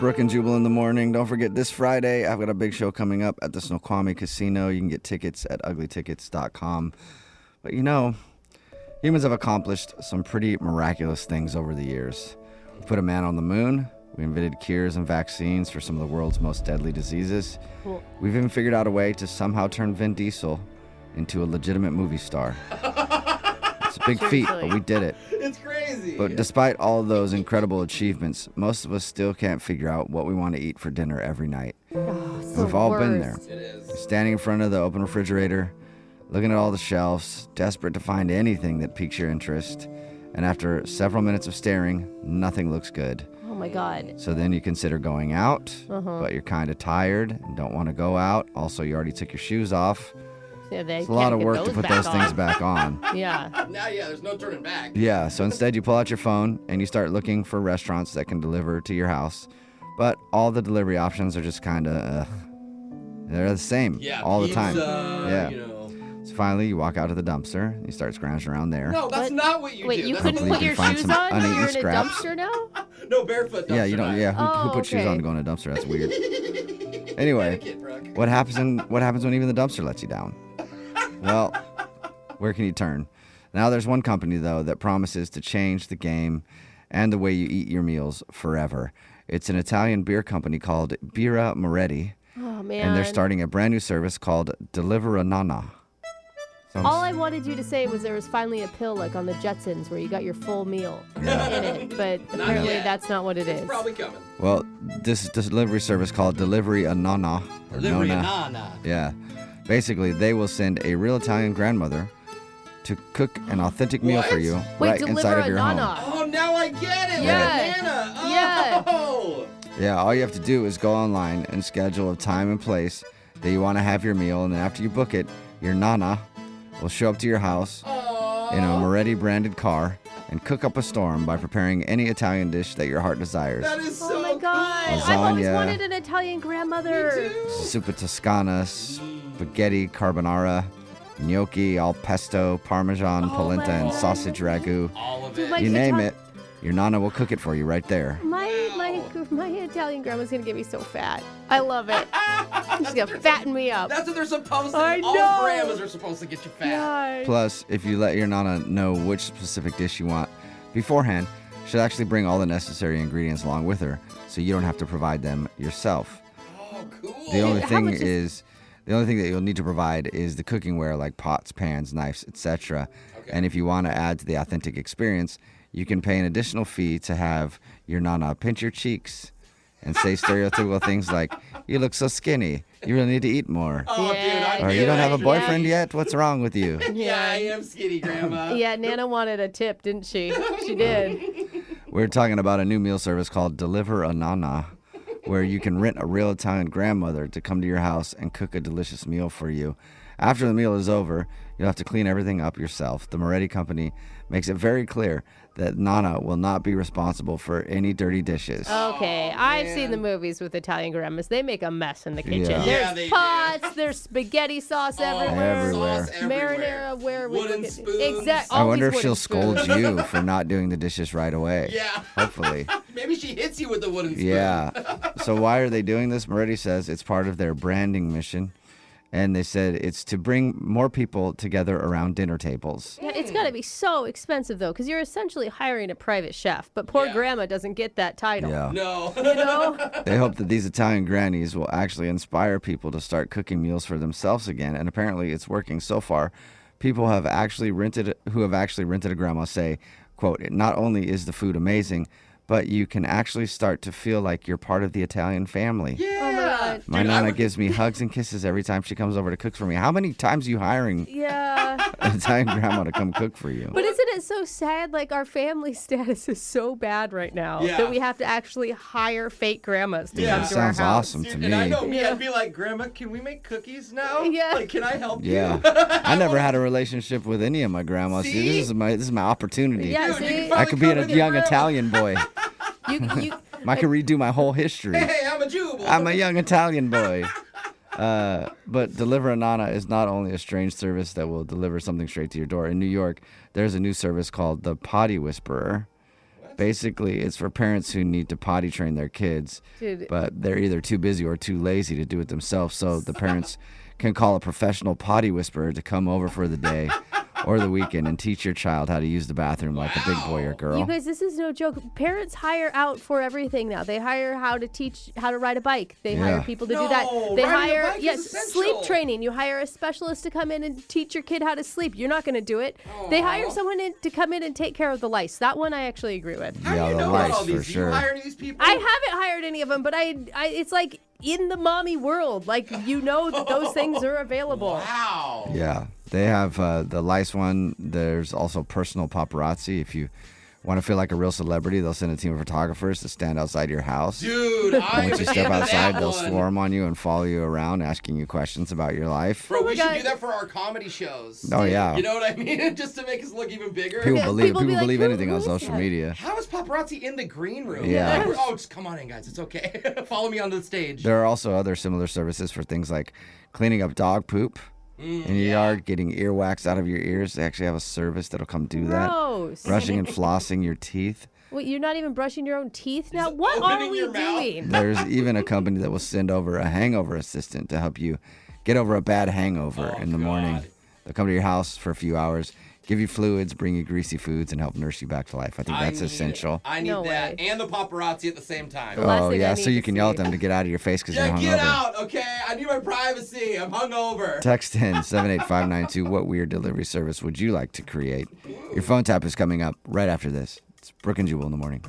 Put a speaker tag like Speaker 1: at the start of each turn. Speaker 1: Brooke and Jubal in the morning. Don't forget this Friday, I've got a big show coming up at the Snoqualmie Casino. You can get tickets at uglytickets.com. But you know, humans have accomplished some pretty miraculous things over the years. We put a man on the moon. We invented cures and vaccines for some of the world's most deadly diseases.
Speaker 2: Cool.
Speaker 1: We've even figured out a way to somehow turn Vin Diesel into a legitimate movie star. it's a big feat, but we did it.
Speaker 3: It's crazy.
Speaker 1: But despite all those incredible achievements, most of us still can't figure out what we want to eat for dinner every night.
Speaker 2: Oh, it's the
Speaker 1: We've all been there.
Speaker 2: worst.
Speaker 1: Standing in front of the open refrigerator, looking at all the shelves, desperate to find anything that piques your interest. And after several minutes of staring, nothing looks good.
Speaker 2: Oh my god.
Speaker 1: So then you consider going out,
Speaker 2: Uh-huh.
Speaker 1: but you're kind of tired and don't want to go out. Also, you already took your shoes off.
Speaker 2: Yeah, they
Speaker 1: It's a lot
Speaker 2: can't
Speaker 1: of
Speaker 2: get
Speaker 1: work to put
Speaker 2: back
Speaker 1: those things
Speaker 2: on.
Speaker 1: back on.
Speaker 2: Yeah.
Speaker 3: now, yeah, there's no turning back.
Speaker 1: Yeah, so instead you pull out your phone and you start looking for restaurants that can deliver to your house. But all the delivery options are just kind of uh, they're the same
Speaker 3: Yeah, uh,
Speaker 1: all the
Speaker 3: pizza,
Speaker 1: time. Yeah.
Speaker 3: You know.
Speaker 1: So finally you walk out to the dumpster, and you start scrounging around there.
Speaker 3: No, that's
Speaker 2: What?
Speaker 3: not what you
Speaker 2: Wait,
Speaker 3: do.
Speaker 2: you
Speaker 3: That's
Speaker 2: couldn't
Speaker 1: Hopefully
Speaker 2: put
Speaker 1: you
Speaker 2: your
Speaker 1: can find
Speaker 2: shoes
Speaker 1: some
Speaker 2: on? Now
Speaker 1: uneaten
Speaker 2: you're in a
Speaker 1: scraps.
Speaker 2: dumpster now?
Speaker 3: not- no barefoot.
Speaker 1: yeah, you
Speaker 3: dumpster
Speaker 1: don't
Speaker 3: dive.
Speaker 1: yeah, who, who
Speaker 2: Oh,
Speaker 1: puts shoes
Speaker 2: okay.
Speaker 1: on to go in a dumpster? That's weird. anyway,
Speaker 3: Etiquette, Brooke.
Speaker 1: what happens in, what happens when even the dumpster lets you down? Well, where can you turn? Now there's one company though that promises to change the game and the way you eat your meals forever. It's an Italian beer company called Bira Moretti,
Speaker 2: Oh man.
Speaker 1: and they're starting a brand new service called Delivera Nana. Sounds-
Speaker 2: All I wanted you to say was there was finally a pill like on the Jetsons where you got your full meal in it, but apparently
Speaker 3: yet.
Speaker 2: that's not what it is.
Speaker 3: Probably coming.
Speaker 1: well, this delivery service called Delivery Nana. or
Speaker 3: Delivery
Speaker 1: Nona.
Speaker 3: nana.
Speaker 1: Yeah. Basically, they will send a real Italian grandmother to cook an authentic meal for
Speaker 3: What?
Speaker 1: you
Speaker 2: Wait,
Speaker 1: right
Speaker 2: deliver
Speaker 1: inside of
Speaker 2: a
Speaker 1: your home.
Speaker 2: nana.
Speaker 3: Oh, now I get it.
Speaker 2: Yeah.
Speaker 3: With Nana.
Speaker 2: Yeah.
Speaker 3: Oh.
Speaker 1: Yeah, all you have to do is go online and schedule a time and place that you want to have your meal, and then after you book it, your nana will show up to your house
Speaker 3: Oh.
Speaker 1: in
Speaker 2: Uh-huh.
Speaker 1: a Moretti branded car and cook up a storm by preparing any Italian dish that your heart desires.
Speaker 3: That is
Speaker 2: Oh
Speaker 3: so
Speaker 2: my god.
Speaker 3: cool.
Speaker 2: I've always
Speaker 1: Lasagna.
Speaker 2: wanted an Italian grandmother.
Speaker 1: Super Toscana,
Speaker 3: Mm.
Speaker 1: spaghetti carbonara, gnocchi, al pesto, parmesan,
Speaker 2: Oh,
Speaker 1: polenta, and
Speaker 2: God.
Speaker 1: sausage ragu.
Speaker 3: All of
Speaker 2: Dude,
Speaker 3: it.
Speaker 2: my-
Speaker 1: You
Speaker 2: could
Speaker 1: name
Speaker 2: talk-
Speaker 1: it, your nana will cook it for you right there.
Speaker 2: My my my Italian grandma's gonna get me so fat. I love it. She's gonna fatten me up.
Speaker 3: That's what they're supposed to.
Speaker 2: I
Speaker 3: all
Speaker 2: know.
Speaker 3: grandmas are supposed to get you fat.
Speaker 2: God.
Speaker 1: Plus, if you let your nana know which specific dish you want beforehand, she'll actually bring all the necessary ingredients along with her, so you don't have to provide them yourself.
Speaker 3: Oh, cool.
Speaker 1: The only
Speaker 2: how
Speaker 1: thing
Speaker 2: much is-
Speaker 1: is, the only thing that you'll need to provide is the cooking ware like pots, pans, knives, etc.
Speaker 3: Okay.
Speaker 1: And if you want to add to the authentic experience, you can pay an additional fee to have your nana pinch your cheeks and say stereotypical things like, "You look so skinny. You really need to eat more."
Speaker 3: oh, dude, I
Speaker 2: Yeah.
Speaker 1: Or
Speaker 3: get
Speaker 1: you don't
Speaker 3: it.
Speaker 1: have a
Speaker 2: Yeah.
Speaker 1: boyfriend yet? What's wrong with you?
Speaker 3: Yeah, I am skinny, Grandma.
Speaker 2: Yeah, Nana wanted a tip, didn't she? She did.
Speaker 1: We're talking about a new meal service called Deliver a Nana, where you can rent a real Italian grandmother to come to your house and cook a delicious meal for you. After the meal is over, you'll have to clean everything up yourself. The Moretti Company makes it very clear that Nana will not be responsible for any dirty dishes.
Speaker 2: Uh, Okay, I've seen the movies with Italian grandmas. They make a mess in the
Speaker 1: Yeah.
Speaker 2: kitchen.
Speaker 3: Oh, Yeah,
Speaker 2: There's
Speaker 3: they do. Oh,
Speaker 2: pots, there's spaghetti sauce everywhere.
Speaker 1: Everywhere.
Speaker 3: Sauce everywhere.
Speaker 2: Marinara, where we
Speaker 3: Wooden
Speaker 2: look at-
Speaker 3: spoons.
Speaker 2: Exact-
Speaker 1: I wonder
Speaker 2: always
Speaker 1: if she'll
Speaker 2: wooden
Speaker 1: scold
Speaker 2: spoons.
Speaker 1: you for not doing the dishes right away.
Speaker 3: Yeah.
Speaker 1: Hopefully.
Speaker 3: Maybe she hits you with the wooden spoon.
Speaker 1: Yeah. so why are they doing this? Moretti says it's part of their branding mission. And they said it's to bring more people together around dinner tables.
Speaker 2: Yeah, It's got to be so expensive though, because you're essentially hiring a private chef. But poor
Speaker 3: Yeah.
Speaker 2: grandma doesn't get that title.
Speaker 1: Yeah.
Speaker 3: No.
Speaker 2: You know? oh
Speaker 1: They hope that these Italian grannies will actually inspire people to start cooking meals for themselves again. And apparently it's working so far. People have actually rented who have actually rented a grandma say, quote, not only is the food amazing, but you can actually start to feel like you're part of the Italian family.
Speaker 3: yeah.
Speaker 2: Oh my God.
Speaker 1: My
Speaker 3: Dude, I
Speaker 1: nana
Speaker 3: would-
Speaker 1: gives me hugs and kisses every time she comes over to cook for me. How many times are you hiring
Speaker 2: yeah.
Speaker 1: an Italian grandma to come cook for you?
Speaker 2: But isn't it so sad? Like our family status is so bad right now
Speaker 3: Yeah.
Speaker 2: that we have to actually hire fake grandmas to
Speaker 3: Yeah.
Speaker 2: come
Speaker 1: That
Speaker 2: to
Speaker 1: sounds
Speaker 2: our house.
Speaker 1: awesome to
Speaker 3: Dude, and I
Speaker 1: me.
Speaker 3: know me,
Speaker 2: Yeah.
Speaker 3: I'd be like, Grandma, can we make cookies now?
Speaker 2: Yeah.
Speaker 3: Like, can I help
Speaker 1: Yeah.
Speaker 3: you?
Speaker 1: I never had a relationship with any of my grandmas. See?
Speaker 3: See?
Speaker 1: This is my this is my opportunity.
Speaker 2: Yeah,
Speaker 3: Dude, you
Speaker 2: see?
Speaker 3: can
Speaker 1: I
Speaker 3: finally
Speaker 1: could be
Speaker 3: come
Speaker 1: a
Speaker 3: with your
Speaker 1: young
Speaker 3: grandma.
Speaker 1: Italian boy.
Speaker 2: You, you,
Speaker 1: I could redo my whole history.
Speaker 3: Hey, I'm a Jew. boy.
Speaker 1: I'm a young Italian boy. Uh, but Deliver a Nana is not only a strange service that will deliver something straight to your door. In New York, there's a new service called the Potty Whisperer. Basically, it's for parents who need to potty train their kids,
Speaker 2: Dude.
Speaker 1: but they're either too busy or too lazy to do it themselves. So the parents can call a professional potty whisperer to come over for the day or the weekend and teach your child how to use the bathroom like a big boy or girl.
Speaker 2: You guys, this is no joke. Parents hire out for everything now. They hire how to teach how to ride a bike. They hire
Speaker 1: Yeah.
Speaker 2: people to do that.
Speaker 3: No,
Speaker 2: They
Speaker 3: riding a
Speaker 2: hire
Speaker 3: bike is
Speaker 2: yes, sleep
Speaker 3: essential.
Speaker 2: training. You hire a specialist to come in and teach your kid how to sleep. You're not going to do it. They hire
Speaker 3: Aw.
Speaker 2: someone in, to come in and take care of the lice. That one I actually agree with.
Speaker 3: How
Speaker 1: Yeah,
Speaker 3: do you
Speaker 1: the
Speaker 3: know about
Speaker 1: lice
Speaker 3: all
Speaker 1: for
Speaker 3: these? Do
Speaker 1: sure.
Speaker 3: you hire these people?
Speaker 2: I haven't hired any of them, but I, I it's like in the mommy world, like you know that those things are available.
Speaker 3: Wow.
Speaker 1: Yeah, they have uh, the lice one. There's also personal paparazzi. If you want to feel like a real celebrity, they'll send a team of photographers to stand outside your house.
Speaker 3: Dude, I
Speaker 1: Once you
Speaker 3: am
Speaker 1: step
Speaker 3: in
Speaker 1: outside,
Speaker 3: that
Speaker 1: they'll
Speaker 3: one.
Speaker 1: swarm on you and follow you around, asking you questions about your life.
Speaker 3: Bro,
Speaker 2: Oh my
Speaker 3: we should do
Speaker 2: God.
Speaker 3: that for our comedy shows.
Speaker 1: Oh, yeah.
Speaker 3: You know what I mean? Just to make us look even bigger.
Speaker 1: People
Speaker 2: Yeah,
Speaker 1: believe
Speaker 2: people
Speaker 1: people,
Speaker 2: be like,
Speaker 1: believe
Speaker 2: "Who-
Speaker 1: anything
Speaker 2: who
Speaker 1: on
Speaker 2: is
Speaker 1: social
Speaker 2: that?"
Speaker 1: media.
Speaker 3: How is paparazzi in the green room?
Speaker 1: Yeah.
Speaker 3: Like, we're- oh, just come on in, guys. It's okay. Follow me onto the stage.
Speaker 1: There are also other similar services for things like cleaning up dog poop
Speaker 3: Mm,
Speaker 1: in your yard, getting earwax out of your ears. They actually have a service that'll come do that.
Speaker 2: Gross.
Speaker 1: Brushing and flossing your teeth.
Speaker 2: Wait, you're not even brushing your own teeth now. What are
Speaker 3: opening
Speaker 2: we
Speaker 3: your mouth.
Speaker 2: doing?
Speaker 1: There's even a company that will send over a hangover assistant to help you get over a bad hangover
Speaker 3: Oh,
Speaker 1: in the morning.
Speaker 3: God.
Speaker 1: They'll come to your house for a few hours, give you fluids, bring you greasy foods, and help nurse you back to life. I think
Speaker 3: I
Speaker 1: that's
Speaker 3: need-
Speaker 1: essential.
Speaker 3: I need
Speaker 2: No
Speaker 3: that.
Speaker 2: way.
Speaker 3: And the paparazzi at the same time.
Speaker 2: The last
Speaker 1: oh
Speaker 2: thing I
Speaker 1: yeah,
Speaker 2: need
Speaker 1: so you
Speaker 2: to
Speaker 1: can yell at
Speaker 2: see.
Speaker 1: them to get out of your face because
Speaker 3: yeah,
Speaker 1: they're
Speaker 3: get
Speaker 1: hungover.
Speaker 3: out, okay? I need my privacy. I'm hungover.
Speaker 1: Text in 78592. What weird delivery service would you like to create? Your phone tap is coming up right after this. It's Brooke and Jewel in the morning.